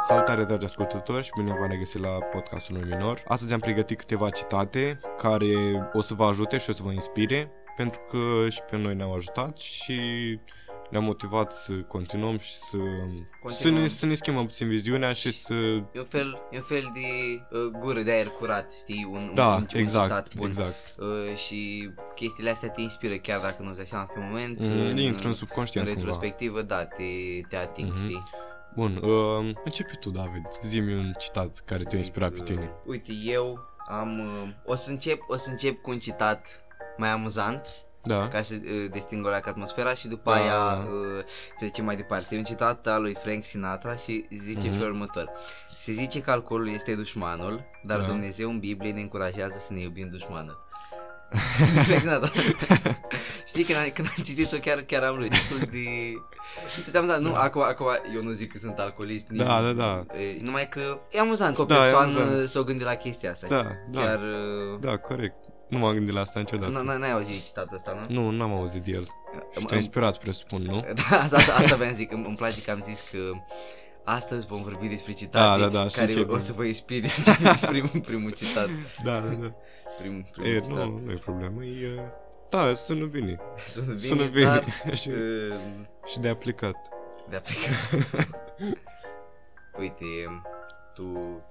Salutare, dragi ascultători, și bine v-am regăsit la podcastul unui minor. Astăzi am pregătit câteva citate care o să vă ajute și o să vă inspire, pentru că și pe noi ne-au ajutat și ne-a motivat să continuăm și să, Să, ne, să ne schimbăm puțin viziunea și să... E un fel, e un fel de uh, gură de aer curat, știi? Un, Da, un, un, un citat exact, bun. exact. Uh, și chestiile astea te inspiră chiar dacă nu-ți dai seama pe moment. Mm, în, Intră în în, în subconștient cumva. retrospectivă, da, te, te ating, Mhm. știi? Bun, uh, începe tu, David. Zi-mi un citat care te-a inspirat pe Uh, tine. Uite, eu am... uh, O să încep, o să încep cu un citat mai amuzant Da. ca să uh, disting o leacă atmosfera și după Da, aia da. uh, trecem mai departe. E un citat al lui Frank Sinatra și zice Mhm. felul următor. Se zice că alcoolul este dușmanul, dar Da. Dumnezeu în Biblie ne încurajează să ne iubim dușmanul. Frank Sinatra. Știi, când am, când am citit-o chiar, chiar am râs destul de... Și stăteam, da, nu, Da. acum, acum eu nu zic că sunt alcoolist, nici Da, da, da. E, numai că e amuzant că o Da, e persoană amuzant. s-o gândi la chestia asta. Da, da. Chiar... uh, Da, corect. Nu m-am gândit la asta niciodată. n- n- N-ai auzit citatul ăsta, nu? Nu, n-am auzit de el. Și Îmi- te-a inspirat, presupun, nu? Da, asta, asta, asta vreau să zic, îmi, îmi place că am zis că astăzi vom vorbi despre citate Da, da, da, și care începem. o să vă inspire să citiți primul, primul citat. Da, da, da. Primul, primul E, citat. nu, nu e problemă, e... uh, Da, sună bine. da. Sună bine, sună bine dar... și, uh, și de aplicat. de Uite, tu,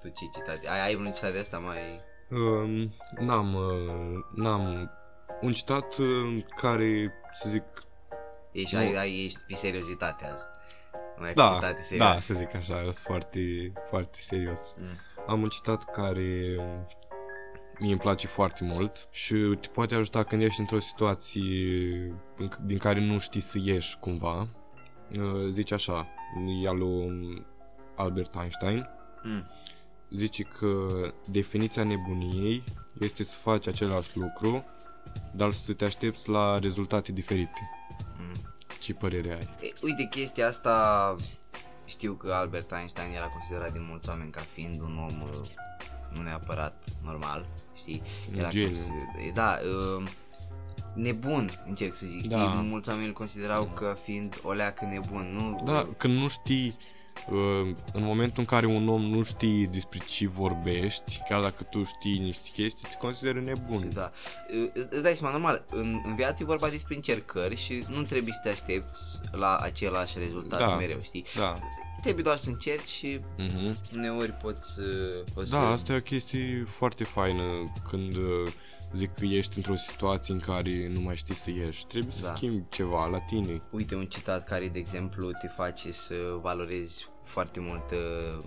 tu ce citate? Ai, ai un citat de asta mai... Um, n-am, uh, n-am un citat uh, care, să zic, Ești, Nu. ai, ai, ești pe seriozitate azi. Mai da, da, citate serios. da, să zic așa, sunt foarte, foarte serios. Mm. Am un citat care um, mie îmi place foarte mult și te poate ajuta când ești într-o situație în c- din care nu știi să ieși cumva. Uh, Zice așa, e al lui um, Albert Einstein. Mm. zice că definiția nebuniei este să faci același lucru, dar să te aștepți la rezultate diferite. Mm. Ce părere ai? E, Uite, chestia asta știu că Albert Einstein era considerat de mulți oameni ca fiind un om uh, nu neapărat normal, știi? Era Geniu. consider- Da, uh, nebun, încerc să zic, Da. știi? Mulți oameni îl considerau ca fiind o leacă nebun, nu? Da, când nu știi, uh, în momentul în care un om nu știe despre ce vorbești, chiar dacă tu știi niște chestii, te consideră nebun. Da. Uh, Îți îți dai seama, normal, în, în viață e vorba despre încercări și nu trebuie să te aștepți la același rezultat Da. mereu, știi? Da. Trebuie doar să încerci și Mhm. uneori poți, uh, poți Da, să... asta e o chestie foarte faină când uh, zic că ești într-o situație în care nu mai știi să ieși. Trebuie să Da. schimbi ceva la tine. Uite, un citat care, de exemplu, te face să valorezi foarte mult uh,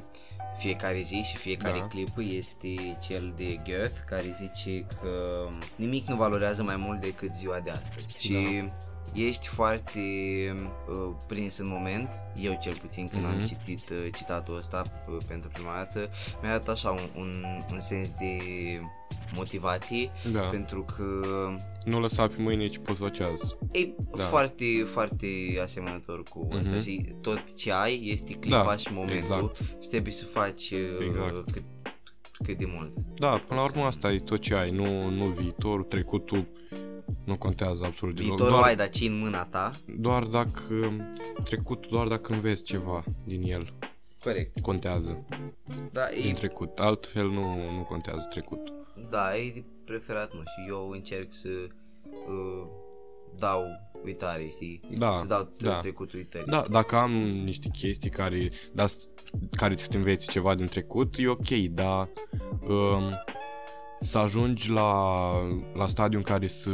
fiecare zi și fiecare Da. da. clip este cel de Goethe care zice că nimic nu valorează mai mult decât ziua de astăzi. Și Da. ești foarte uh, prins în moment, eu cel puțin când Mhm. am citit uh, citatul ăsta uh, pentru prima dată, mi-a dat așa un, un, un sens de motivație Da. pentru că Nu lăsa pe mâine ce poți face azi. E Da. da. foarte, foarte asemănător cu Mhm. mm-hmm. asta și tot ce ai este clipa Da, și momentul exact. și trebuie să faci uh, Exact. cât, cât de mult. Da, până la urmă asta e tot ce ai, nu, nu viitorul, trecutul nu contează absolut deloc. Viitorul doar, ai, dar ce în mâna ta? doar dacă trecutul, doar dacă înveți ceva din el, Corect. contează Da, e, din trecut. Altfel nu, nu contează trecutul. da, e de preferat, nu știu, eu încerc să uh, dau uitare, știi? Da, să dau da. da. trecutul uitării. Da, dacă am niște chestii care, da, care să te înveți ceva din trecut, e ok, dar um, să ajungi la, la stadiul în care să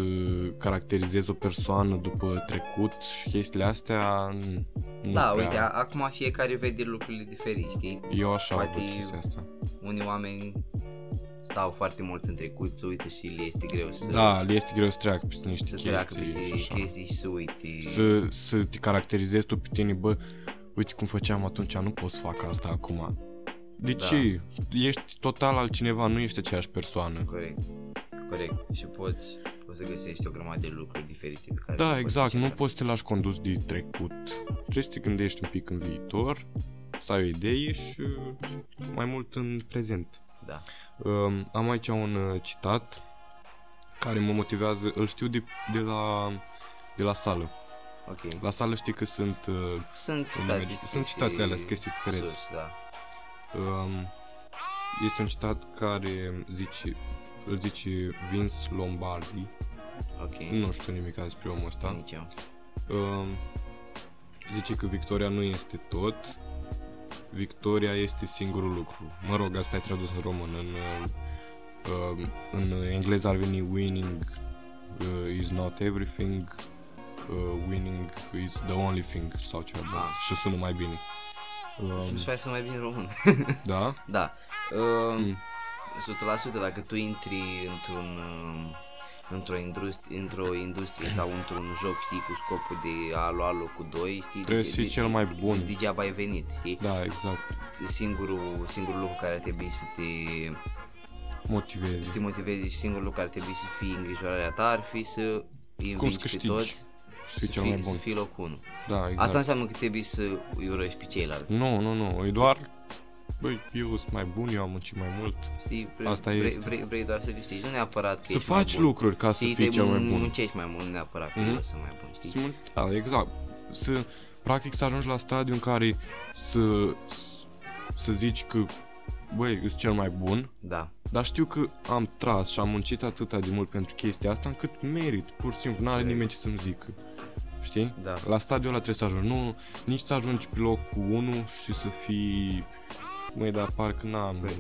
caracterizezi o persoană după trecut și chestiile astea, n- nu Da, prea. uite, a- acum fiecare vede lucrurile diferit, știi? Eu așa Poate- văd chestia asta. Unii oameni stau foarte mult în trecut, se uită și le este greu să... Da, le este greu să treacă peste niște să chestii treacă peste și așa. chestii și să uite. Să, să te caracterizezi tu pe tine, bă, uite cum făceam atunci, nu pot să fac asta acum. De Da. ce? Ești total altcineva, nu ești aceeași persoană. Corect. Corect. Și poți, poți să găsești o grămadă de lucruri diferite pe care Da, le exact, nu încerca. poți să te lași condus de trecut. Trebuie să te gândești un pic în viitor, să ai o idee și mai mult în prezent. Da. Um, am aici un uh, citat care mă motivează, îl știu de, de, la, de la sală. Ok. La sală știi că sunt uh, Sunt mergi- citate. sunt citatele alea scrise pe pereți. Sus, da. Um, este un citat care zice, îl zice Vince Lombardi. Ok. Nu știu nimic despre omul ăsta. Nici eu. Um, zice că victoria nu este tot, victoria este singurul lucru. Mă rog, asta e tradus în român. În, uh, um, în engleză ar veni winning uh, is not everything, uh, winning is the only thing sau ceva de genul. Ah. Și sună mai bine. Um, Mi se pare să mai bine român. da? da. Um, Mm. 100% dacă tu intri într-un um, într-o industrie, într-o industrie sau într-un joc, știi, cu scopul de a lua locul 2, știi, Trebuie să fii cel mai bun. degeaba ai venit, știi? Da, exact. Singurul, singurul lucru care ar trebui să te să Motivezi. te motivezi și singurul lucru care ar trebui să fie îngrijorarea ta ar fi să îi să învingi pe câștigi? toți Să fii să cel mai fii, să bun. fii locul 1. Da, exact. Asta înseamnă că trebuie să îi urăști pe ceilalți. Nu, nu, nu. E doar... Băi, eu sunt mai bun, eu am muncit mai mult. Știi, vrei, Asta vrei, este. vrei, vrei doar să câștigi, nu neapărat că Să ești mai faci bun. lucruri ca să Știi, fii te cel mai mun- bun. Muncești mai mult, nu neapărat că Mhm. mm-hmm. să mai bun, Să știi? mun- Da, exact. Să, practic să ajungi la stadiul în care să, să, să zici că băi, eu sunt cel mai bun, Da, dar știu că am tras și am muncit atâta de mult pentru chestia asta încât merit, pur și simplu, n-are nimeni ce să-mi zică. Știi? da. La stadiul ăla trebuie să ajungi, nu, nici să ajungi pe locul 1 și să fii Măi, dar parcă n-am Păi.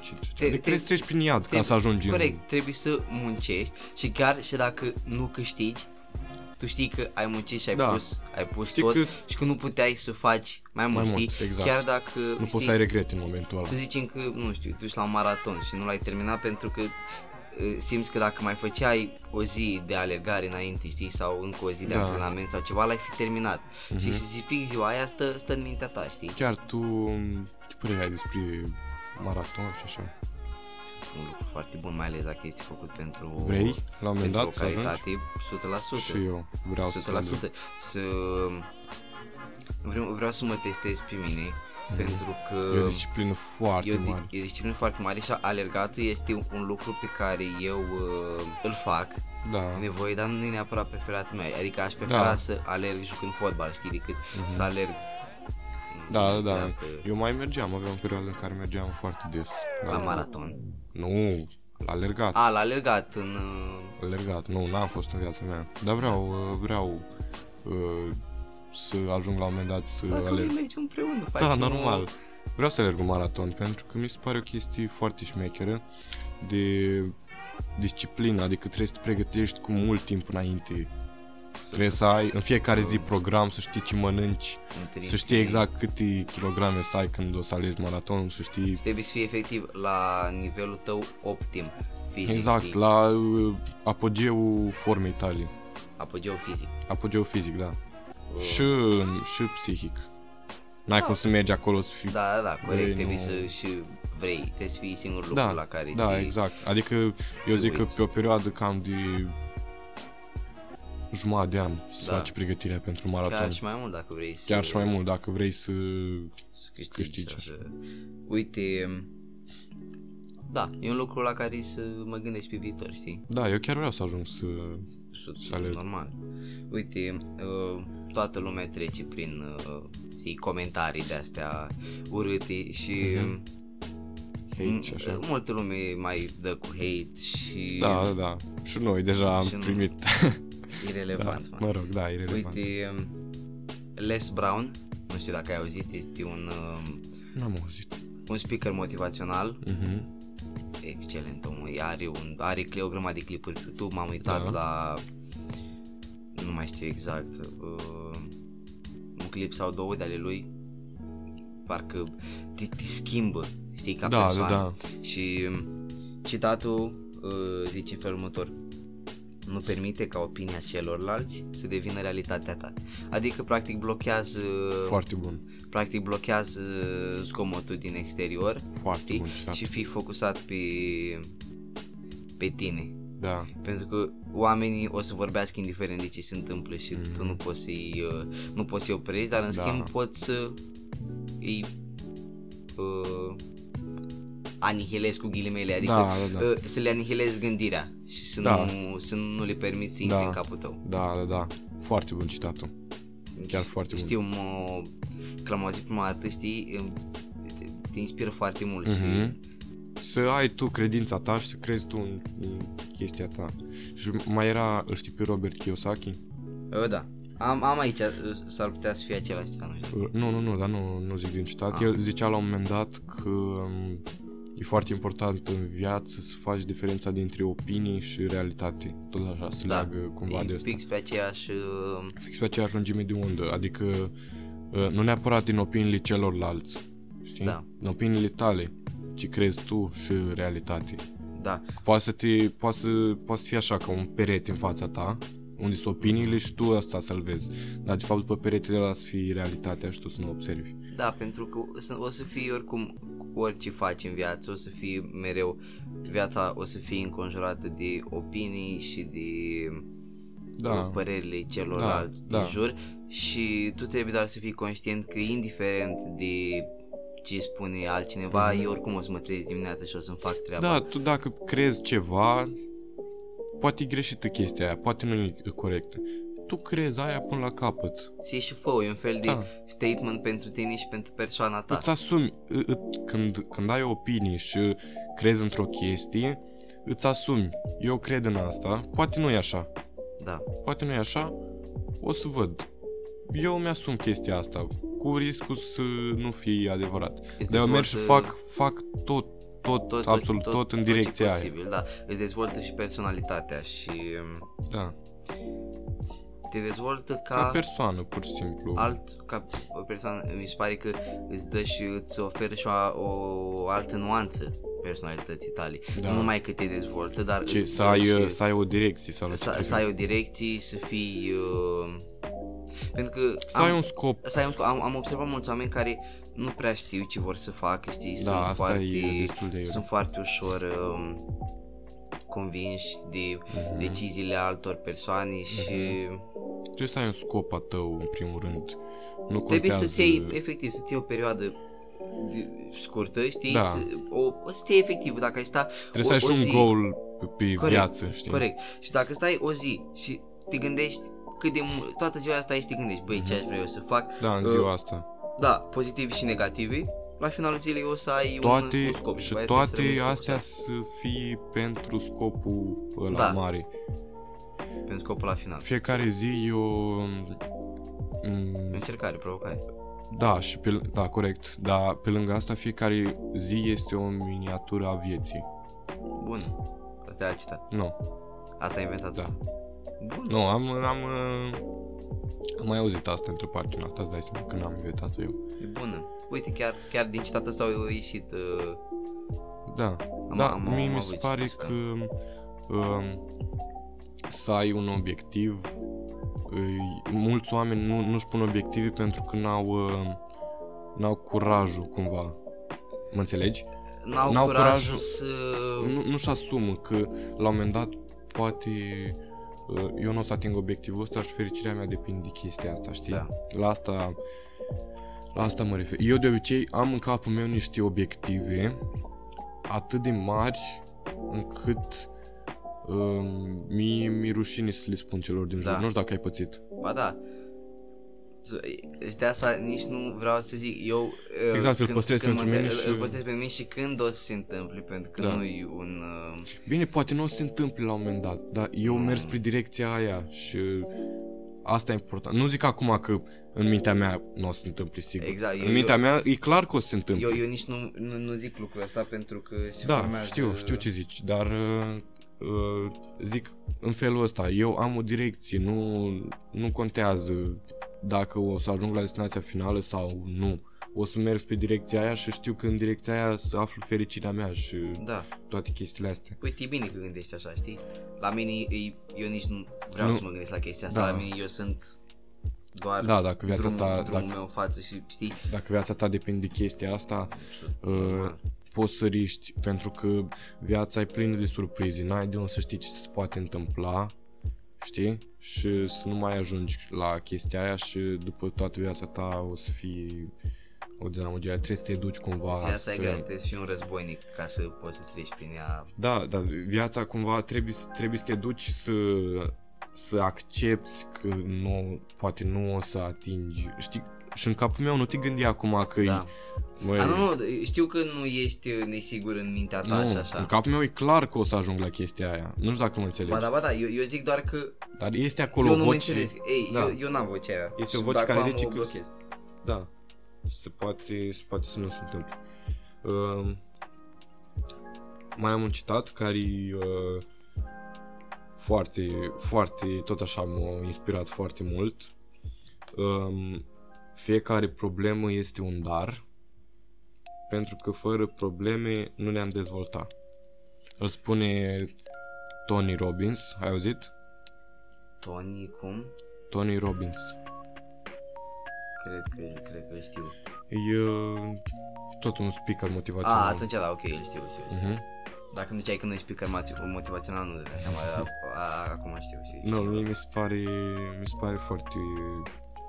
ce, ce, ce. Te- Deci te- trebuie să treci prin iad ca Te- să ajungi în- Corect, trebuie să muncești și chiar și dacă nu câștigi, tu știi că ai muncit și ai Da. pus, ai pus Știi tot că- și că nu puteai să faci mai mult, mult, știi? exact. Chiar dacă, Nu poți să ai regret în momentul ăla să zicem că, nu știu, tu ești la un maraton și nu l-ai terminat pentru că uh, simți că dacă mai făceai o zi de alergare înainte, știi, sau încă o zi de Da. Mhm. antrenament sau ceva, l-ai fi terminat. Uh-huh. Și, și fix ziua aia stă, stă în mintea ta, știi? Chiar tu, ce părere ai despre maraton și așa? un lucru foarte bun, mai ales dacă este făcut pentru Vrei, la un moment pentru dat, o să ajungi? caritate, 100%. Și eu vreau să 100%. Să vreau, vreau să mă testez pe mine pentru că Mhm. E o disciplină foarte e o, di- mare. e o disciplină foarte mare și alergatul este un lucru pe care eu uh, îl fac Da, am nevoie, dar nu e neapărat preferatul meu. Adică aș prefera Da. Mhm. să alerg jucând fotbal, știi, decât să alerg da, da, da. Dacă- Eu mai mergeam, aveam perioade în care mergeam foarte des. Da. la maraton. Nu, la alergat. A, la alergat în uh, Alergat, nu, n-am fost în viața mea. Dar vreau, uh, vreau uh, să ajung la un moment dat să Dacă alerg. voi mergi împreună, faci Da, un- normal. Vreau să alerg un maraton pentru că mi se pare o chestie foarte șmecheră de disciplină, adică trebuie să te pregătești cu mult timp înainte. Trebuie să ai în fiecare zi program, să știi ce mănânci, Întâlniri. să știi exact câte kilograme să ai când o să alegi maratonul, să știi Trebuie să fie efectiv la nivelul tău optim fizic, exact știi? la uh, apogeul formei tale, Apogeu fizic. apogeul fizic, da, și, uh, și psihic. N-ai cum să mergi acolo să fii Da, da, da, corect, Vrei, trebuie nu- să și vrei, trebuie să fii singurul lucru la care da, te... exact. Adică eu zic că uiți. pe o perioadă cam de jumătate de an să Da. faci pregătirea pentru Chiar maraton. și mai da. mult dacă vrei să, Chiar și mai mult dacă vrei să... să câștigi. câștigi, sau să- Uite, da, e un lucru la care să mă gândesc pe viitor, știi? Da, eu chiar vreau să ajung să... Sunt Salut. normal. Uite, uh, toată lumea trece prin uh, știi, comentarii de astea urâte și Mhm. Hate și m- așa. multă lume mai dă cu hate și Da, da, da. Și noi deja am mm. Și nu- primit. da, irelevant. mă man. rog, da, e relevant. Uite, um, Les Brown, nu știu dacă ai auzit, este un, uh, N-am auzit. un speaker motivațional Mhm. Excelent, omul. Are, un, are o grămadă de clipuri pe YouTube, m-am uitat Da. da. la... Nu mai știu exact. Uh, un clip sau două de ale lui. Parcă te, te schimbă, știi, ca Da, da, persoană. uh, da. Și citatul uh, zice în felul următor. Nu permite ca opinia celorlalți să devină realitatea ta. Adică, practic, blochează... Foarte bun. Practic, blochează zgomotul din exterior Foarte știi? bun citat. și fii focusat pe, pe tine. Da. Pentru că oamenii o să vorbească indiferent de ce se întâmplă și Mhm. tu nu poți să-i, uh, nu poți să-i oprești, dar în Da. schimb poți să îi uh, anihilezi cu ghilimele, adică Da, da, da. uh, să le anihilezi gândirea și să, Da. nu, să nu le permiți să intre Da. în capul tău. Da, da, da. Foarte bun citatul. Chiar foarte bun. Știu, mă, că l-am auzit prima dată, știi, îmi- te inspiră foarte mult Mhm. și Să ai tu credința ta și să crezi tu în, în chestia ta. Și mai era, îl știi pe Robert Kiyosaki? Uh, da. Am, am aici, uh, s-ar putea să fie același, dar nu știu. Uh, Nu, nu, nu, dar nu, nu zic din citat. Ah. El zicea la un moment dat că um, e foarte important în viață să faci diferența dintre opinii și realitate. Tot așa, să Da. leagă cumva de E asta. fix pe aceeași... uh, Fix pe aceeași lungime de undă, adică uh, nu neapărat din opiniile celorlalți, știi? Da. Din opiniile tale, ce crezi tu și realitate. Da, Poate să, te, poate, să, poate să fie așa, ca un perete în fața ta, unde sunt opiniile și tu asta să-l vezi. Dar de fapt după peretele ăla să fie realitatea și tu să nu observi. da, pentru că o să, o să fii oricum cu orice faci în viață, o să fii mereu, viața o să fie înconjurată de opinii și de Da. uh, părerile celorlalți Da, din da. jur și tu trebuie doar să fii conștient că indiferent de ce spune altcineva, Mhm. eu oricum o să mă trezesc dimineața și o să-mi fac treaba. Da, tu dacă crezi ceva, poate e greșită chestia aia, poate nu e corectă. Tu crezi aia până la capăt. Și și fă, e un fel de Da. Exact. statement pentru tine și pentru persoana ta. Îți asumi, î- î- când, când ai opinii și crezi într-o chestie, îți asumi, eu cred în asta, poate nu e așa, Da. poate nu e așa, o să văd. Eu mi-asum chestia asta, cu riscul să nu fie adevărat. Îți Dar eu merg și dezvoltă fac, fac tot, tot, tot absolut tot, în ce direcția aia. posibil, da. Îți dezvoltă și personalitatea și um, Da. te dezvoltă ca, Ca persoană, pur și simplu. alt, ca o persoană, mi se pare că îți dă și îți oferă și o, o altă nuanță personalității tale. Da. Nu numai că te dezvoltă, dar Ce, îți să, dă ai, și, uh, să ai o direcție sau nu știu să, ce. să ai o direcție, să fii... Uh, pentru că să ai un scop. să ai un scop. Am, am observat mulți oameni care nu prea știu ce vor să facă, știi, Da, sunt, asta foarte, e destul de iurea. sunt foarte ușor um, convinși de Mhm. deciziile altor persoane și Trebuie să ai un scop a tău, în primul rând. Nu trebuie contează... să-ți iei, efectiv, să-ți iei o perioadă de- scurtă, știi, Da. să, o, o să-ți iei efectiv, dacă ai sta Trebuie o, să ai o și un zi, goal pe, pe Corect, viață, știi? Corect. Și dacă stai o zi și te gândești cât de mult, toată ziua asta ești te gândești, băi, ce aș vrea eu să fac, Da, în Uh, ziua asta. da, pozitive și negative, la finalul zilei o să ai un, Toate, un scop. și după aia trebuie să rămâi toate astea focusat să fie pentru scopul ăla Da. mare. Pentru scopul la final. Fiecare zi e o... mm, Încercare, provocare. Da, și pe, l- da, corect. Dar pe lângă asta, fiecare zi este o miniatură a vieții. Bun. Asta e citat. Nu, no, Asta ai inventat. da. Bun. Nu, am, am, uh, am mai auzit asta într-o parte în alta, îți dai seama că n-am inventat-o eu. E bună. Uite, chiar, chiar din citatul ăsta au ieșit... Uh, Da, Am- da, am- mie am mi se auzit pare asta. că um, să ai un obiectiv, îi- mulți oameni nu, nu-și pun obiective pentru că n-au, uh, n-au curajul cumva, mă înțelegi? n-au, N-au curajul, curajul. să... nu, nu-și asumă că la un moment dat poate uh, eu nu o să ating obiectivul ăsta și fericirea mea depinde de chestia asta, știi? Da. La asta la asta mă refer. Eu de obicei am în capul meu niște obiective atât de mari încât uh, mi mi rușine să le spun celor din jur. Da. Nu știu dacă ai pățit. Ba da. Z- Și de asta nici nu vreau să zic eu uh, Exact, îl păstrez când mă pentru mine întreb- și- Îl păstrez pentru mine și când o să se întâmple Pentru că Da. nu e un... uh, Bine, poate nu o să se întâmple la un moment dat, dar eu Mm. merg spre direcția aia și asta e important. Nu zic acum că în mintea mea nu o să se întâmple sigur. Exact, eu- în mintea mea e clar că o să se întâmple. Eu, eu nici nu, nu, nu zic lucrul ăsta pentru că se da, formează... știu, știu ce zici, dar uh, uh, zic în felul ăsta, eu am o direcție, nu, nu contează dacă o să ajung la destinația finală sau nu. O să merg spre direcția aia și știu că în direcția aia să aflu fericirea mea și Da. toate chestiile astea. Uite, e bine că gândești așa, știi? La mine, e, eu nici nu vreau Nu. să mă gândesc la chestia asta, Da. la mine eu sunt doar Da, dacă viața drumul, ta- drumul dacă- meu în față și știi? Dacă viața ta depinde de chestia asta, Uh, poți să riști pentru că viața e plină de surprize, n-ai de unde să știi ce se poate întâmpla, știi? Și să nu mai ajungi la chestia aia și după toată viața ta o să fii o dezamăgire, trebuie să te duci cumva Viața e să... grea, trebuie să fii un războinic ca să poți să treci prin ea. Da, dar viața cumva trebuie, să- trebuie să te duci să, să accepti că nu, poate nu o să atingi. Știi, și în capul meu nu te gândi acum că Da. Măi, A, nu, nu, știu că nu ești uh, nesigur în mintea ta și în așa. capul meu e clar că o să ajung la chestia aia. Nu știu dacă mă înțelegi. Ba da, ba da, eu, eu zic doar că Dar este acolo eu o nu mă voce. înțeles. Ei, Da. eu, eu n-am vocea aia. Este o Și voce dacă care am, zice o că- blochez. Da. Se poate, se poate să nu se întâmple. Uh, mai am un citat care e uh, foarte, foarte, tot așa m-a inspirat foarte mult. Um, fiecare problemă este un dar, pentru că fără probleme nu ne-am dezvoltat. Îl spune Tony Robbins, ai auzit? Tony, cum? Tony Robbins. Cred că, cred că îl știu. E uh, tot un speaker A, motivațional. atunci da, ok, îl știu, îl știu. îl știu. Mhm. Dacă nu ziceai că nu ești speaker mați- motivațional, nu dădeam seama, dar a, acum știu, știu. Nu, mie mi se pare, mi se pare foarte,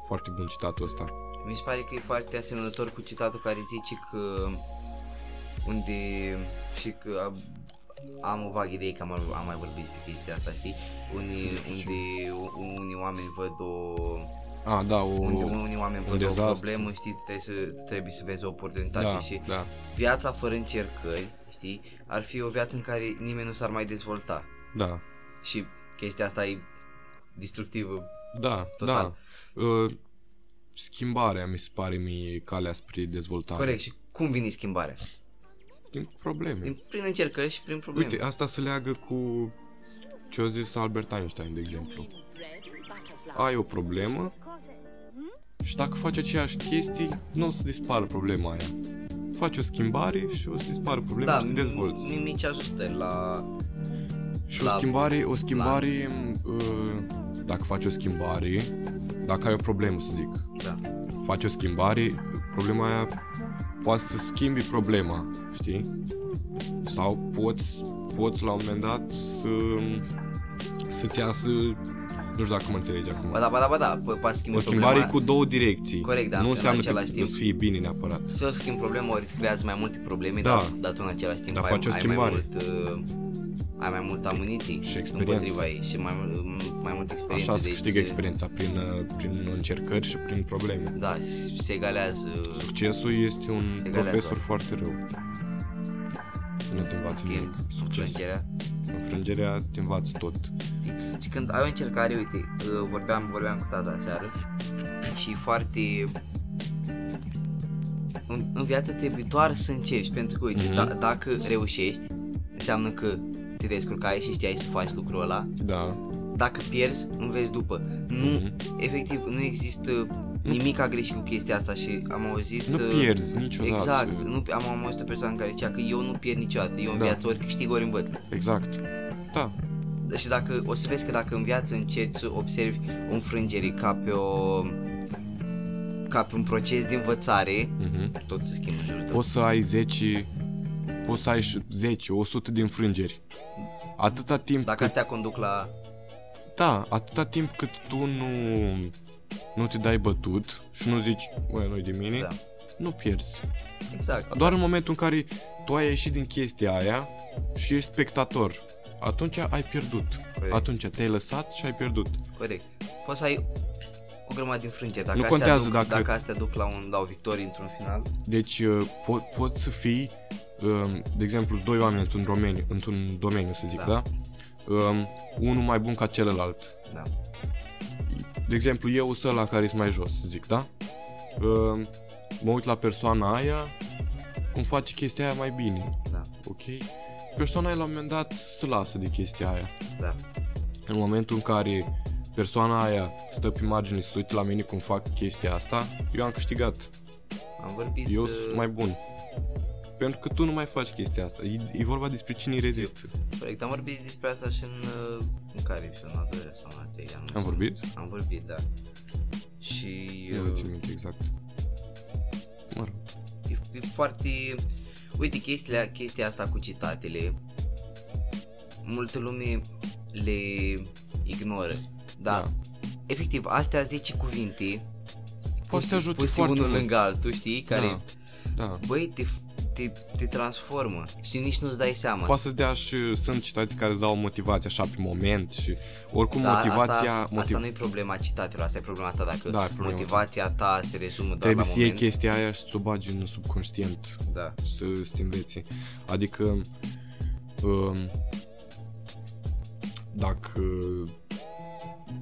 foarte bun citatul ăsta. Mi se pare că e foarte asemănător cu citatul care zice că unde și că am- am o vagă idee că am, am mai vorbit de chestia asta, știi? Unii, unde u- unii oameni văd o A, da, o... unde unii oameni văd o dezastru. problemă, știi, tu trebuie să tu trebuie să vezi o oportunitate da, și da, viața fără încercări, știi, ar fi o viață în care nimeni nu s-ar mai dezvolta. da, Și chestia asta e destructivă. da, Total. da. Uh, schimbarea mi se pare mie calea spre dezvoltare. Corect. Și cum vine schimbarea? Din probleme. Din, prin încercări și prin probleme. Uite, asta se leagă cu ce a zis Albert Einstein, de exemplu. Ai o problemă și dacă faci aceeași chestii, nu o să dispară problema aia. Faci o schimbare și o să dispară problema și te dezvolți. mi- mici ajustări Da, la... Și La- o schimbare, o schimbare, Da. uh, dacă faci o schimbare, dacă ai o problemă, să zic, Da. faci o schimbare, problema aia poate să schimbi problema, știi? Sau poți, poți la un moment dat să, să-ți iasă, nu știu dacă mă înțelegi acum. Ba da, ba da, ba da, po- poate schimbi O schimbare e problema, cu două direcții. Corect, da, Nu în înseamnă că același o timp. să fie bine neapărat. Să schimbi problema, ori îți creează mai multe probleme, Da. dar, dar tu în același timp Dar ai, faci o ai mai schimbare. mult... Uh, ai mai mult amuniții Și experiență. împotriva ei și mai, mult- mai multă experiență. Așa se deci, câștigă experiența prin, uh, prin încercări și prin probleme. Da, se egalează. uh, Succesul este un Egalează. profesor foarte rău. Nu te învață nimic. Succes. Succesul. Înfrângerea te învață tot. Știi? Și când ai o încercare, uite, uh, vorbeam, vorbeam cu tata aseară și foarte... În, în viață trebuie doar să încerci, pentru că, uite, Mhm. mm-hmm. d- dacă reușești, înseamnă că te descurcai și știai să faci lucrul ăla. Da. Dacă pierzi, înveți după. Nu, Mhm. efectiv, nu există nimic a greșit cu chestia asta și am auzit... Nu uh, pierzi niciodată. Exact, nu, am, am auzit o persoană care zicea că eu nu pierd niciodată, eu în Da. viață ori câștig, ori învăț. Exact. Da. Și dacă o să vezi că dacă în viață încerci să observi o înfrângere ca pe o ca pe un proces de învățare, Mhm. tot se schimbă în jurul tău. Poți să ai 10 Poți să ai și 10, 100 de înfrângeri. Atâta timp Dacă cât, astea conduc la... Da, atâta timp cât tu nu nu te dai bătut și nu zici, băi, nu de mine, Da, nu pierzi. exact. Doar în momentul în care tu ai ieșit din chestia aia și ești spectator, atunci ai pierdut. Corect. Atunci te-ai lăsat și ai pierdut. Corect. Poți să ai o grămadă de înfrângeri. Dacă Nu astea contează duc, dacă- dacă astea duc la, un, la o victorie într-un final. Deci uh, po- poți să fii, um, de exemplu, doi oameni într-un domeniu, într-un domeniu să zic, Da. da? Um, Unul mai bun ca celălalt. Da. De exemplu, eu sunt la care sunt mai jos, să zic, da? Um, Mă uit la persoana aia, cum face chestia aia mai bine, Da. ok? Persoana aia la un moment dat se lasă de chestia aia. Da. În momentul în care persoana aia stă pe margine și se uită la mine cum fac chestia asta, eu am câștigat. Am vorbit... Eu uh, sunt mai bun. Pentru că tu nu mai faci chestia asta. E, e vorba despre cine rezistă. Corect, am vorbit despre asta și în, uh, în care episod, în al doilea sau în al treilea. nu Am știu. vorbit? Am vorbit, da. Și... Eu nu uh, țin minte exact. Mă rog. e, e foarte... Uite, chestia, chestia asta cu citatele, multă lume le ignoră, Da. dar da. efectiv, astea 10 cuvinte Poate să te ajute puse foarte unul mult. lângă altul, știi, care, Da. da. băi, te, f- te te, te transformă și nici nu-ți dai seama. Poate să-ți dea și sunt citate care îți dau motivație așa pe moment și oricum Dar motivația... Da, asta, asta nu e problema citatelor, asta e problema ta dacă Da, e problema ta. motivația ta se rezumă doar Trebuie la să iei moment. chestia aia și să o bagi în subconștient, Da. să, să te înveți. Adică, um, dacă,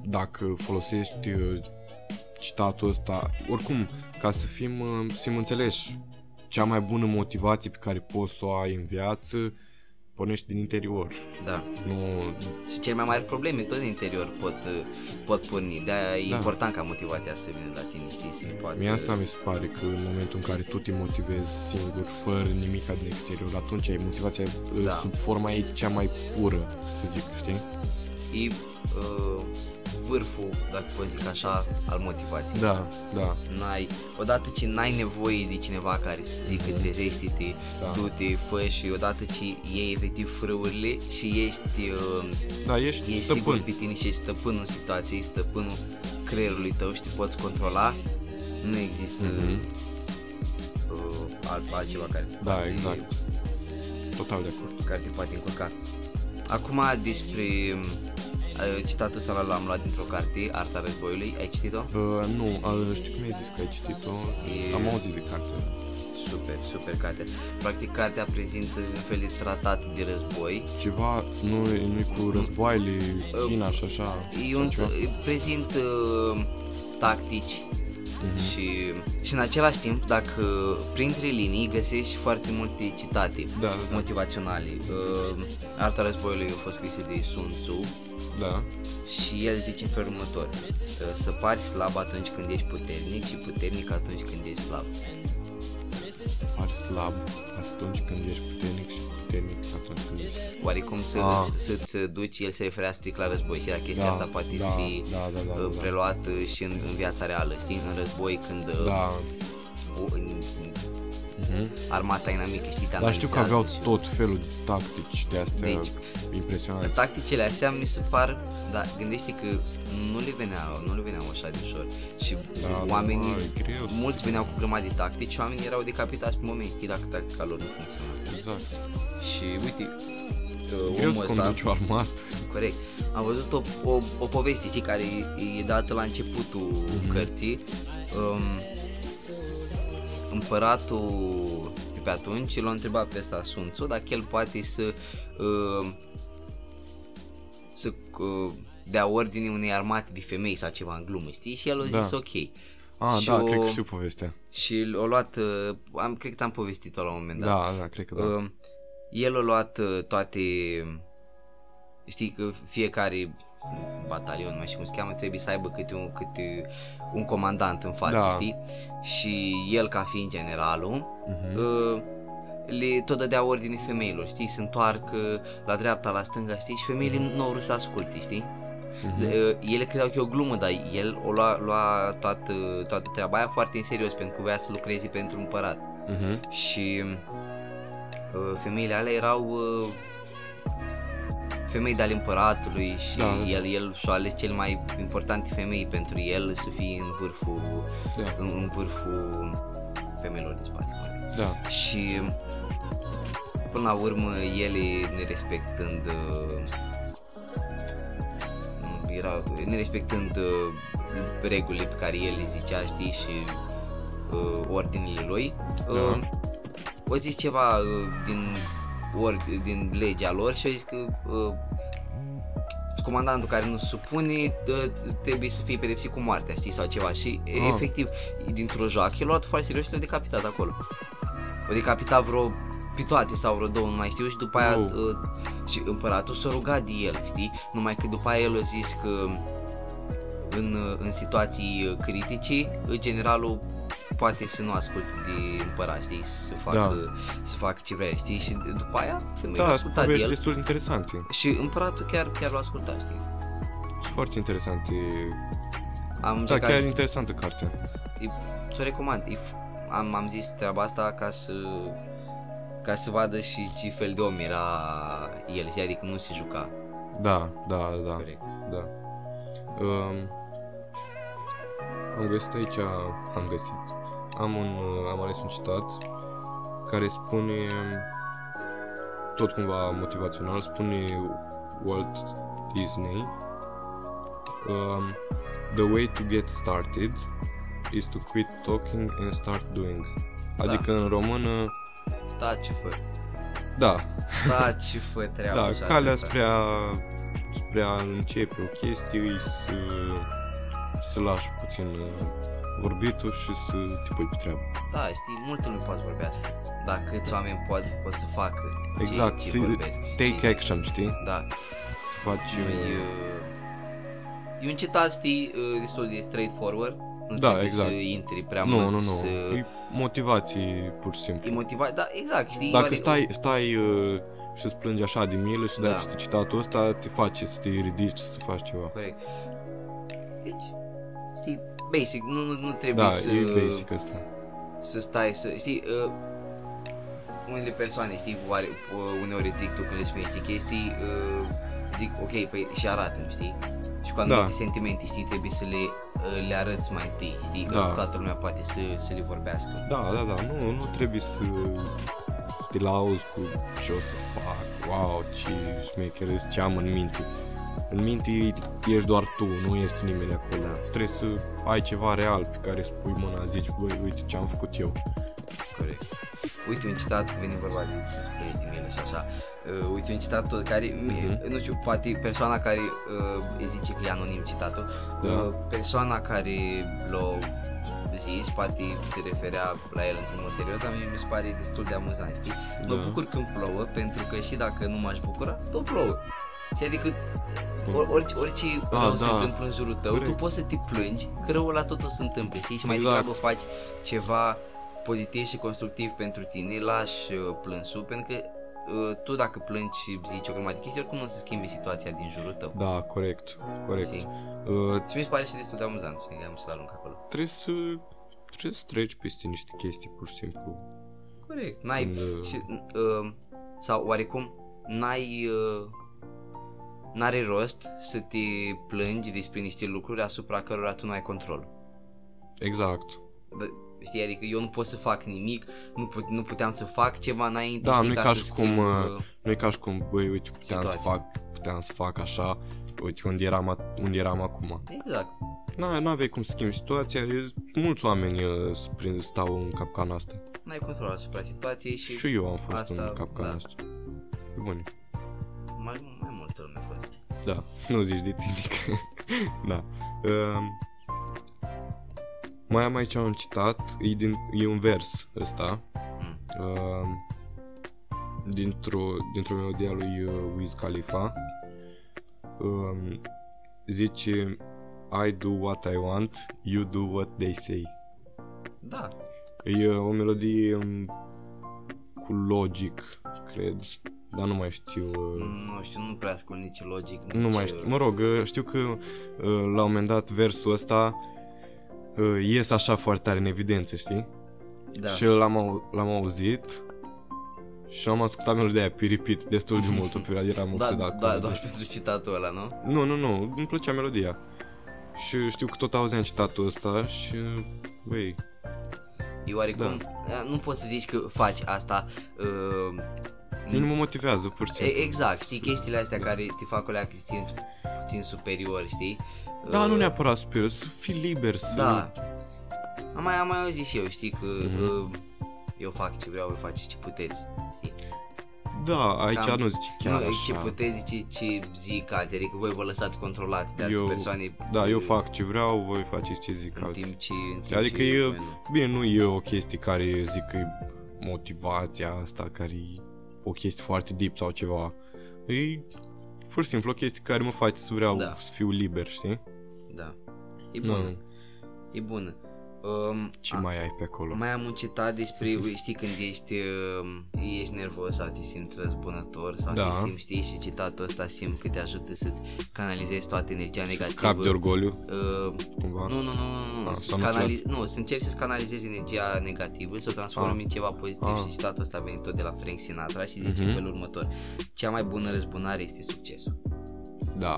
dacă folosești uh, citatul ăsta, oricum, ca să fim, uh, să fim înțeleși, cea mai bună motivație pe care poți să o ai în viață, pornește din interior. Da. Nu, Și cele mai mari probleme tot în interior pot, uh, pot porni. De-aia e Da. important ca motivația să vină de la tine, știi, să poate... Mie asta mi se pare că în momentul în care tu te motivezi singur, fără nimic din exterior, atunci ai motivația uh, Da. sub forma ei cea mai pură, să zic, știi? E uh, vârful, dacă pot zic așa, al motivației. Da, da, N-ai, odată ce n-ai nevoie de cineva care să zică Mhm. trezește-te, da. du-te, fă și odată ce iei efectiv frâurile și ești, uh, Da, ești, ești sigur stăpân. pe tine și ești stăpânul situației, ești stăpânul creierului tău și te poți controla, nu există Mhm. uh, alt, altceva care te Da, poate- exact. Total de acord. care te poate încurca. Acum despre uh, citatul ăsta l- l-am luat dintr-o carte, Arta Războiului, ai citit-o? Uh, nu, uh, știi cum ai zis că ai citit-o? E- Am auzit de carte. Super, super carte. Practic cartea prezintă un fel de tratat de război. Ceva, nu nu cu războaiele, China și așa. E un, ceva. prezint uh, tactici Mhm. și, și în același timp, dacă printre linii găsești foarte multe citate Da, da, da. motivaționale. Uh, Arta războiului a fost scrisă de Sun Tzu Da, și el zice în felul următor. uh, Să pari slab atunci când ești puternic și puternic atunci când ești slab. pari slab atunci când ești puternic și puternic atunci când ești Oarecum să, Ah. să, să duci, el se referea strict la război și la chestia Da, asta poate da, fi da, da, da, da, uh, da. preluat uh, și în, în viața reală, știi? În război când uh, Da. o, în, în Mhm. armata inamică, știi, te Dar știu că analizează aveau și- tot felul de tactici de astea Deci, da, impresionante. Tacticile astea mi se par, dar gândește că nu le veneau, nu le veneau așa de ușor și Da, oamenii, da, e greu să- mulți veneau cu grămadă de tactici și oamenii erau decapitați pe moment, știi, dacă tactica lor nu funcționa. Exact. Și uite, uh, Greu omul să ăsta, conduci o armată. corect, am văzut o, o, o poveste, știi, care e, e dată la începutul Mhm. cărții, um, împăratul de pe atunci l-a întrebat pe ăsta Sun Tzu dacă el poate să uh, să uh, dea ordine unei armate de femei sau ceva în glumă, știi? Și el a zis Da. ok. Ah, Și da, o- cred că știu povestea. Și l-a luat, uh, am, cred că am povestit-o la un moment dat. Da, da, cred că da. Uh, el a luat uh, toate, știi că fiecare batalion, nu mai știu cum se cheamă, trebuie să aibă câte un, câte un comandant în față, Da. știi? Și el ca fiind generalul, Mhm. uh, le tot dădea ordine femeilor, știi? Se întoarcă la dreapta, la stânga, știi? Și femeile nu au vrut să asculte, știi? Mhm. Uh, ele credeau că e o glumă, dar el o lua, lua toată, toată treaba aia foarte în serios, pentru că voia să lucreze pentru împărat Mhm. și uh, femeile alea erau uh, femei de ale împăratului și Da. el, el și-a ales cel mai importante femei pentru el să fie în vârful, Da, în, în vârful femeilor de spate. da. Și până la urmă ele nerespectând uh, era, nerespectând uh, regulile pe care el le zicea, știi, și uh, ordinile lui, uh, o zis ceva uh, din, ord, din legea lor și a zis că uh, comandantul care nu se supune uh, trebuie să fie pedepsit cu moartea, știi, sau ceva și Ah. ah. efectiv dintr-o joacă el a luat foarte serios și l-a decapitat acolo. O decapita Adică vreo pe toate sau vreo două, nu mai știu, și după aia Wow. uh, și împăratul s-a rugat de el, știi? Numai că după aia el a zis că uh, în, uh, în situații uh, critice, uh, generalul poate să nu asculte de împărat, știi, să facă, Da. să facă ce vrea, știi, și după aia femeia a Da, sunt ascultat de povești el destul de interesante. și împăratul chiar, chiar l-a ascultat, știi. Sunt Foarte interesante. Am Da, încercat chiar să- interesantă cartea. E- Ți-o recomand. E f- am, am zis treaba asta ca să ca să vadă și ce fel de om era el, știi? adică nu se juca. Da, da, da. Corect. Da. Um, am găsit aici, am găsit. Am un, uh, am ales un citat care spune tot cumva motivațional, spune Walt Disney um, The way to get started is to quit talking and start doing. Adică în română, Taci și fă, da, taci și fă treaba da, și calea atâta. spre a, spre a începe o chestie e să, să lași puțin uh, vorbitul și să te pui pe treabă. Da, știi, multă lume poate vorbi asta. Dar câți oameni pot, pot să facă ce- Exact, ce, să- vorbesc, și Take ce, action, știi? Da, Să faci... și uh, e un citat, știi, uh, destul de straightforward. Nu Da, trebuie exact. Să intri prea Nu, mult. uh, nu, nu. Să... E motivație pur și E simplu. motivat, da, exact, știi? Dacă oare- stai, stai uh, și îți plângi așa de milă și dai Da. peste citatul ăsta, te face să te ridici, să faci ceva. Corect. Deci, știi, basic, nu, nu, nu trebuie Da, să... e basic asta. să stai să, știi, uh, unele persoane, știi, oare, uh, uneori zic tu când le spui niște chestii, uh, zic, ok, păi și arată știi? Și cu anumite Da. da. sentimente, știi, trebuie să le, uh, le arăți mai întâi, știi, că Da. toată lumea poate să, să le vorbească. Da, da, da, nu, nu trebuie să, să te lauzi cu ce o să fac, wow, ce șmecher ești, ce am în minte. În minte ești doar tu, nu este nimeni acolo. Da. Trebuie să ai ceva real pe care să pui mâna, zici, băi, uite ce am făcut eu. Corect. Uite un citat, veni vorba de despre mele și așa. Uh, uite un citat tot care, Mhm. mm-hmm. nu știu, poate persoana care uh, îi zice că e anonim citatul, Da. uh, persoana care l-a zis, poate se referea la el într-un mod serios, dar mie mi se pare destul de amuzant, știi? Mă Da. bucur când plouă, pentru că și dacă nu m-aș bucura, tot plouă. Și adică or, orice, orice Ah, rău se da. întâmplă în jurul tău, Corect. tu poți să te plângi că răul la tot o să întâmple, știi? Și mai Exact. degrabă faci ceva pozitiv și constructiv pentru tine, lași uh, plânsul, pentru că uh, tu dacă plângi și zici o grămadă de chestii, oricum nu o să schimbi situația din jurul tău. Da, corect, corect. Știi? Uh, Și mi se pare și destul de amuzant, să am să-l arunc acolo. trebuie să trebuie să treci peste niște chestii pur și simplu. Corect. N-ai, Când, și, uh, sau oarecum, n-ai, uh, n-are rost să te plângi despre niște lucruri asupra cărora tu nu ai control. Exact. Bă, Știi, adică eu nu pot să fac nimic, nu, put, nu puteam să fac ceva înainte. Da, știi, nu-i ca ca să și cum, schimb, uh, uh, Nu e ca și cum, băi, uite, puteam să Situația. fac, puteam să fac așa, uite unde eram, at- unde eram acum. Exact. Na, nu aveai cum să schimbi situația, e- mulți oameni uh, se prind- stau în capcana asta. N-ai control asupra situației și, Și, eu am fost asta, în capcana da. asta. E Bun, mai, mai multă lume a fost. da, nu zici de tine că... da. Um, mai am aici un citat, e, din, e un vers ăsta, Mm. um, dintr-o, dintr-o melodie a lui uh, Wiz Khalifa. Um, zice I do what I want, you do what they say. Da, E uh, o melodie um, cu logic, cred, dar nu mai știu. uh, nu știu, nu prea ascult nici logic. Nici nu mai știu. Mă rog, uh, știu că uh, la un moment dat versul ăsta uh, ies așa foarte tare în evidență, știi? Da, Și l-am, au- l-am auzit și am ascultat melodia aia pe repeat destul de mult o perioadă, eram da, obsedat da, cu da, melodia. doar pentru citatul ăla, nu? Nu, nu, nu, îmi plăcea melodia. Și știu că tot auzeam citatul ăsta și, băi, E oarecum, da. nu poți să zici că faci asta uh, pe mine mă motivează pur și simplu. e- Exact, știi, chestiile astea care te fac o leacă să te simți puțin superior, știi? Da, nu Uh, neapărat super, să fii liber, să... Da. Am mai, am mai auzit și eu, știi, că Mhm. mm-hmm. eu fac ce vreau, voi faceți ce puteți, știi? Da, aici Cam- nu zici chiar nu, așa. ce puteți, ce, ce zic alții, adică voi vă lăsați controlați de Eu- alte persoane. Da, eu uh, fac ce vreau, voi faceți ce zic În alții. timp ce... În timp Adică ce e- voi nu. Bine, nu e o chestie care zic că e motivația asta, care e o chestie foarte deep sau ceva. E pur și simplu o chestie care mă face să vreau Da. să fiu liber, știi? Da. E Nu, bună, nu. e bună. Um, Ce a- mai ai pe acolo? Mai am un citat despre, Mm-hmm. știi, când ești, um, ești nervos sau te simți răzbunător sau Da. te simți, știi, și citatul ăsta simt că te ajută să-ți canalizezi toată energia Să negativă. scap de orgoliu, Uh, cumva? Nu, nu, nu, nu, Ah, s-a nu, să notat. canaliz- nu, să încerci să canalizezi energia negativă, să o transformi Ah. în ceva pozitiv Ah. și citatul ăsta a venit tot de la Frank Sinatra și zice Mhm. în felul următor Cea mai bună răzbunare este succesul. Da,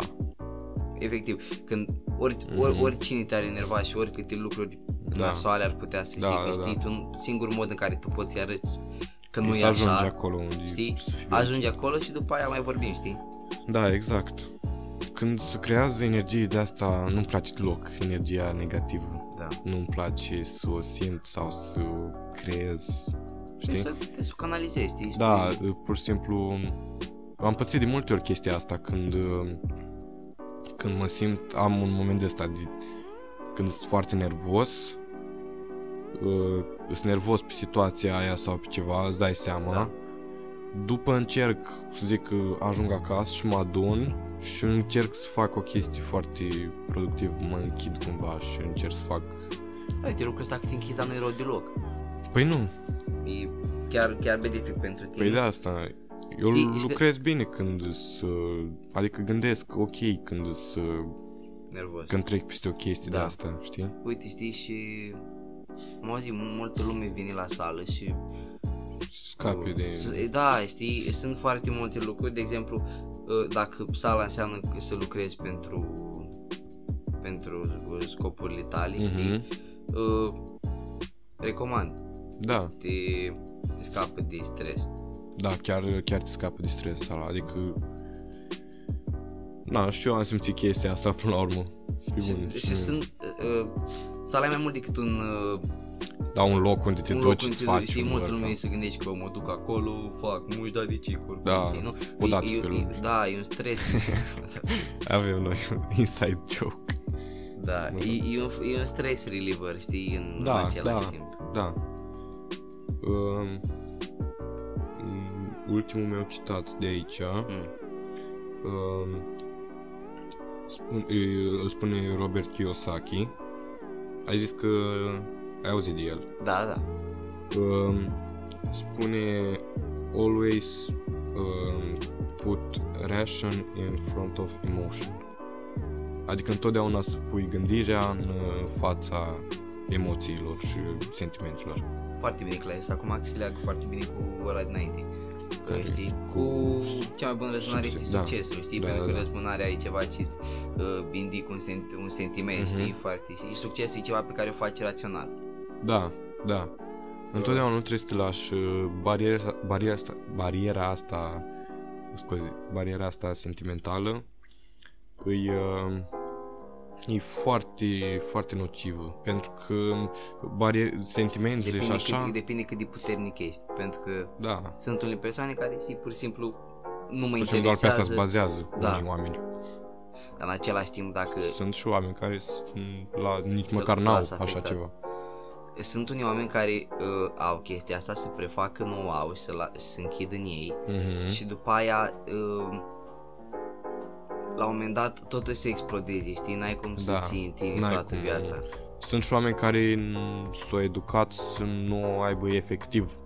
Efectiv, când ori, Mhm. ori, oricine te-ar enerva și oricâte lucruri da, nasoale ar putea să Da, da, da, știi, da, un singur mod în care tu poți să arăți că nu e să ajungi așa. acolo unde știi? să fii. Ajungi acolo și după aia mai vorbim, știi? Da, exact. Când se creează energie de asta, nu-mi place deloc energia negativă. Da. Nu-mi place să o simt sau să o creez. Știi? Știi? Să te să canalizezi, știi? Da, Spui, pur și simplu am pățit de multe ori chestia asta când când mă simt, am un moment de ăsta de, când sunt foarte nervos uh, sunt nervos pe situația aia sau pe ceva, îți dai seama Da. după încerc să zic că ajung acasă și mă adun și încerc să fac o chestie foarte productivă, mă închid cumva și încerc să fac Uite, lucrul ăsta că te închizi, dar nu e rău deloc. Păi nu, E chiar, chiar benefic pentru tine. Păi de asta, eu Știi, Știi, și de- lucrez bine când să, adică gândesc ok când să, Nervos. când trec peste o chestie Da. de asta, știi? Uite, știi, și mă zi, multă lume vine la sală și Scapi de... S- Da, știi, sunt foarte multe lucruri, de exemplu, uh, dacă sala înseamnă că să lucrezi pentru pentru scopurile tale, mm-hmm. știi? Mhm. Uh, Recomand, Da, te, te scapă de stres. da, chiar, chiar te scapă de stres ala, adică... Na, și eu am simțit chestia asta până la urmă. Pe bun, și, și sunt uh, sala e mai mult decât un, uh, Da, un loc unde te un duci, unde îți te duci, faci știi, un multă workout. lume se gândește că mă duc acolo, fac muși, dar de ce corp? Da, știi, nu? o dată e, pe e, lună. da, e un stres. Avem noi un inside joke. da, Mă e, e, un, e un stres reliever, știi, în Da, același da. timp. Da. Um, ultimul meu citat de aici... Mm. Um, spun, îi- îl spune Robert Kiyosaki. Ai zis că ai auzit de el. Da, da. Um, spune always um, put ration in front of emotion. Adică întotdeauna să pui gândirea în uh, fața emoțiilor și sentimentelor. Foarte bine clar, acum că se leagă foarte bine cu ăla dinainte. Că, Care- știi, cu cea mai bună răzbunare este Succes, da. succesul, știi? Da, Pentru da, că da. răzbunarea e ceva ce îți uh, indică un, sent- un sentiment, Mhm. știi? Foarte, și succesul e ceva pe care o faci rațional. Da, da. Întotdeauna nu trebuie să te lași uh, bariera, bariera, asta, bariera asta scuze, bariera asta sentimentală îi, uh, e foarte, foarte nocivă pentru că barier, sentimentele și Depinde, Deci așa, cât, depinde cât de puternic ești, pentru că da, sunt unele persoane care, știi, pur și simplu nu mă Pur și simplu doar pe asta se interesează, bazează Da. unii oameni. dar în același timp dacă Sunt și oameni care sunt la, nici Să- măcar să n-au lasă așa afectați. ceva. sunt unii oameni care uh, au chestia asta, se prefacă nu o au și se, la- și se închid în ei, Mhm. Și după aia um, La un moment dat totul se explodeze Știi, n-ai cum să Da, ții în tine n-ai toată cum. viața Sunt și oameni care n- s-au educat să nu o aibă efectiv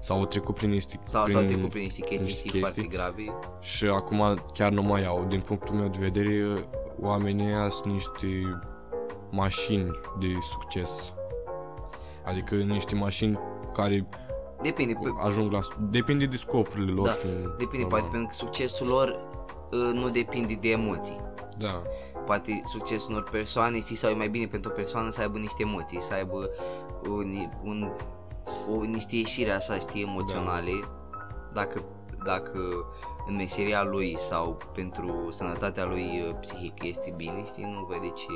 sau au trecut prin niște Sau s-au trecut prin niște chestii, niște niște chestii. foarte chestii. grave Și acum chiar nu mai au. Din punctul meu de vedere, oamenii ăia sunt niște mașini de succes. Adică niște mașini care Depinde, pe, ajung la... Depinde de scopurile lor. Da, și, depinde normal. poate pentru că succesul lor uh, nu depinde de emoții Da, Poate succesul unor persoane, știi, sau e mai bine pentru o persoană să aibă niște emoții Să aibă un, un, o, niște ieșiri așa, știi, emoționale Da. Dacă, dacă în meseria lui sau pentru sănătatea lui uh, psihică este bine, știi, nu văd de ce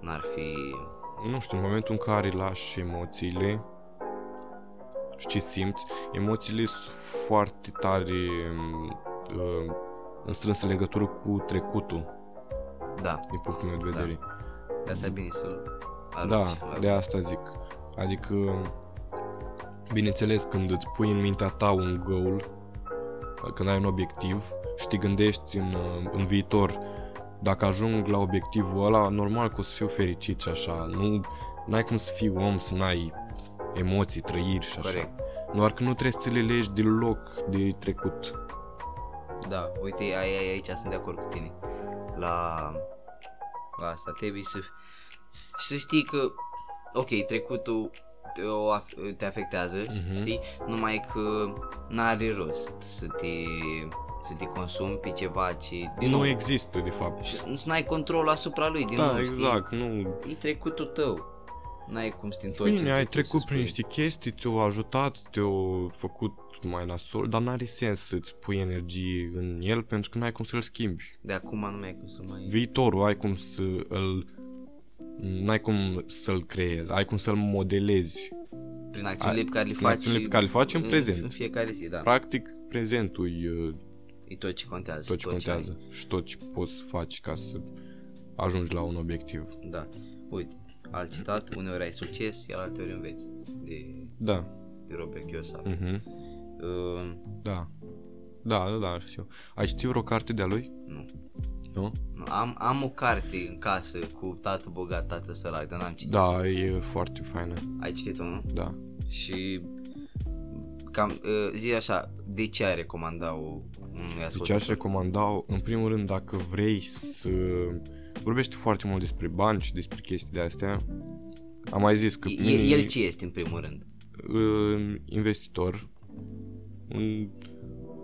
n-ar fi... nu știu, în momentul în care lași emoțiile și ce simți, emoțiile sunt foarte tare m, uh, în strânsă legătură cu trecutul, Da, din punctul meu de Da. vedere. de asta e bine să-l arunci Da, la- de asta zic. Adică, bineînțeles, când îți pui în mintea ta un goal, când ai un obiectiv și te gândești în, uh, în viitor, dacă ajung la obiectivul ăla, normal că o să fiu fericit și așa. Nu ai cum să fii om să n-ai emoții, trăiri și așa. Corect. Doar că nu trebuie să le legi deloc de trecut. Da, uite, ai, ai, aici sunt de acord cu tine. La, la asta trebuie să, să știi că, ok, trecutul te, o af- te afectează, Mhm. știi? Numai că n-are rost să te, să te consumi pe ceva ce, din Mm-hmm. nu nou, există, de fapt. și nu n-ai control asupra lui, din da, nou, exact, nu știi? E trecutul tău. n-ai cum să te întorci. în Bine, ai trecut, trecut să prin spui. niște chestii, te-au ajutat, te-au făcut mai nasol, dar n-are sens să-ți pui energie în el pentru că n-ai cum să-l schimbi. De acum nu mai ai cum să mai... Viitorul ai cum să îl... N-ai cum să-l creezi, ai cum să-l modelezi. prin acțiunile ai- pe care le prin faci... acțiunile pe care le faci în prezent. În fiecare zi, da. Practic, prezentul e uh, E tot ce contează. tot ce ai. contează și tot ce poți să faci ca să ajungi la un obiectiv. Da. Uite, al citat, uneori ai succes, iar alteori înveți. De, Da. de Robert Kiyosaki. Mm. Mhm. Uh, Da. Da, da, da, știu. Ai citit vreo carte de-a lui? nu. Nu? Nu, Am, am o carte în casă cu tată bogat, tată sărac, dar n-am citit. Da, e foarte faină. Ai citit-o, nu? Da. Și cam, uh, zi așa, de ce ai recomanda o unui Deci aș ascultător? recomanda, în primul rând, dacă vrei să vorbești foarte mult despre bani și despre chestii de astea, am mai zis că pe E- mine- el, el ce este în primul rând? un investitor, un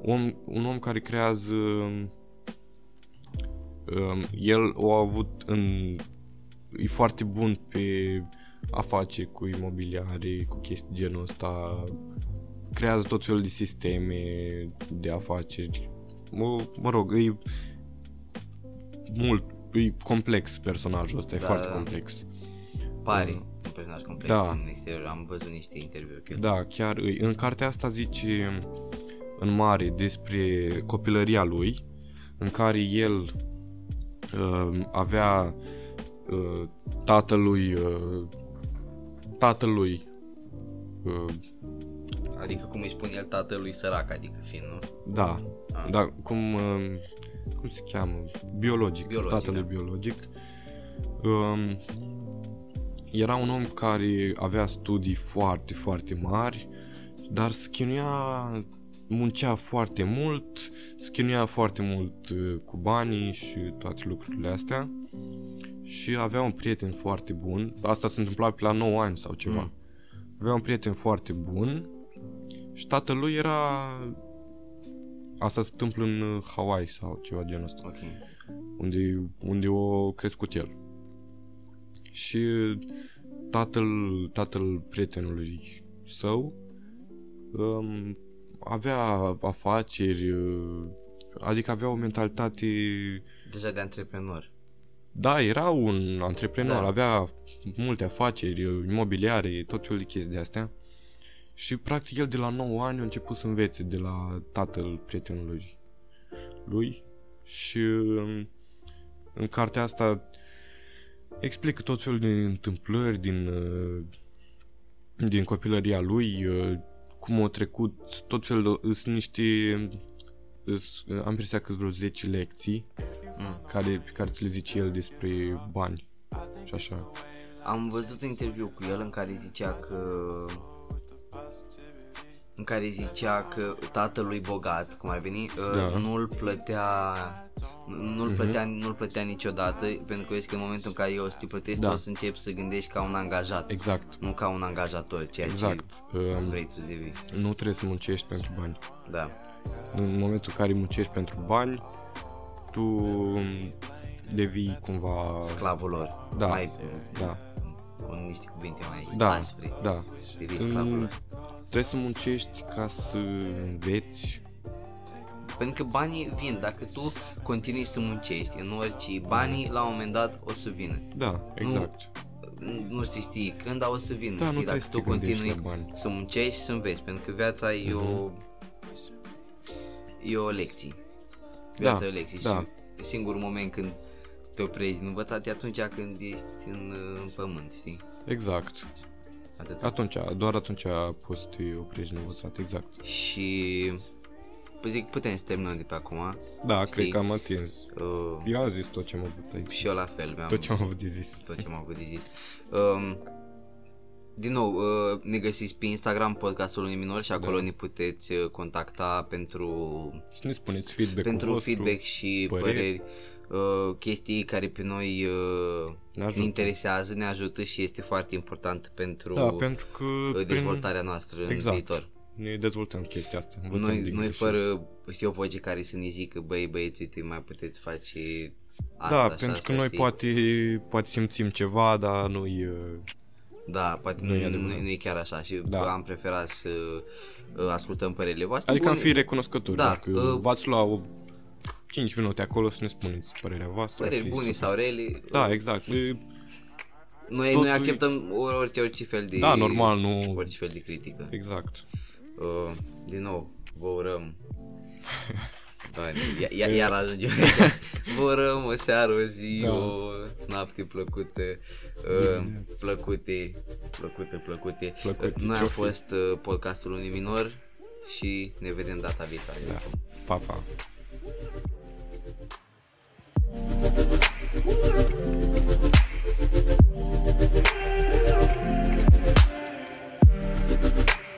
om, un om care creează. um, El o a avut în. e foarte bun pe afaceri cu imobiliare, cu chestii genul ăsta. Creează tot felul de sisteme de afaceri. Mă, mă rog, e mult, e complex personajul ăsta, e Da, foarte da. complex. Pare Mm. un personaj complet Da. în exterior, am văzut niște interviuri cu el. Da, chiar îi- în cartea asta zice în mare despre copilăria lui, în care el uh, avea uh, tatălui uh, tatălui uh, Adică cum îi spune el tatălui sărac, adică fiind, nu? da, Ah. da, cum uh, cum se cheamă? Biologic, Biologic, tatălui da. biologic. Um, era un om care avea studii foarte, foarte mari, dar se chinuia, muncea foarte mult, se chinuia foarte mult uh, cu banii și toate lucrurile astea și avea un prieten foarte bun, asta se întâmpla pe la 9 ani sau ceva. Mm. Mm. Avea un prieten foarte bun și tatălui era... Asta se întâmplă în uh, Hawaii sau ceva genul ăsta Ok. unde, unde o crescut el. Și tatăl, tatăl prietenului său um, avea afaceri, uh, adică avea o mentalitate... Deja de antreprenor. Da, era un antreprenor, Da. da. avea multe afaceri uh, imobiliare, tot felul de chestii de astea. Și practic el de la 9 ani a început să învețe de la tatăl prietenului lui și um, în cartea asta explică tot felul de întâmplări din, uh, din copilăria lui, uh, cum a trecut, tot felul de, sunt niște, îs- am impresia că sunt vreo 10 lecții Mm. care, pe care ți le zice el despre bani și așa. Am văzut un interviu cu el în care zicea că în care zicea că tatălui bogat, cum ar veni, da. Da. Mhm. nu-l plătea nu-l plătea, nu-l plătea niciodată pentru că vezi că în momentul în care eu o să te plătesc Da. da. o să începi să gândești ca un angajat Exact, nu ca un angajator, ceea exact. ce Um, vrei tu să devii nu trebuie să muncești pentru bani. da. În momentul în care muncești pentru bani, tu um, devii cumva... sclavul lor Da, mai, uh, da. cu niște cuvinte mai Da, aspre da. devii sclavul Mm, lor Trebuie să muncești ca să înveți. Pentru că banii vin, dacă tu continui să muncești în orice, banii la un moment dat o să vină. Da, exact. Nu- Nu se știe când, dar o să vină. Da, nu știi, trebuie dacă să tu te gândești continui la bani. Mhm. să muncești și să înveți, pentru că viața e o... E o lecție. Viața Da, e o lecție da. și singurul moment când te oprești din învățat e atunci când ești în, în pământ, știi? Exact. Atât. Atunci, doar atunci poți să te oprești din învățat, exact. Și... Păi zic, putem să terminăm de pe acum. Da, Știi? cred că am atins. Uh, Eu am zis tot ce am avut aici. și eu la fel, mi-am, Tot ce am avut de zis. tot ce am avut de zis. Um, din nou, uh, ne găsiți pe Instagram podcastul unui minor și acolo Da. ne puteți uh, contacta pentru, Și ne spuneți feedback pentru vostru. feedback și păreri, păreri. uh, chestii care pe noi uh, Ne ne ajută. interesează, ne ajută și este foarte important pentru, Da, pentru că uh, prin- dezvoltarea noastră exact. în viitor. ne dezvoltăm chestia asta. Învățăm Noi, din noi greșeli. fără, știu, voce care să ne zică, băi băieți, uite, mai puteți face asta Da, și pentru că asta, noi știi? uh, poate, poate simțim ceva, dar nu e... Da, poate Nu nu, e nu, adevărat. nu e chiar așa și Mm. Da. da. am preferat să uh, ascultăm părerile voastre. Adică am Bun, fi recunoscători, Da, dacă uh, v-ați lua o 5 minute acolo să ne spuneți părerea voastră. ar Păreri fi bune super. sau rele, Exact. Da, exact. E, noi, totul noi e- acceptăm or- orice, orice fel de... Da, normal, nu... Orice fel de critică. Exact. Uh, din nou, vă urăm. Doamne, ia- ia- Iar ajungem aici. Vă urăm o seară, o zi, Da. o noapte plăcută, uh, plăcute, plăcute, plăcute. Plăcute, Noi am ce-o fi. fost uh, podcastul unui minor și ne vedem data viitoare. Da. Pa, pa.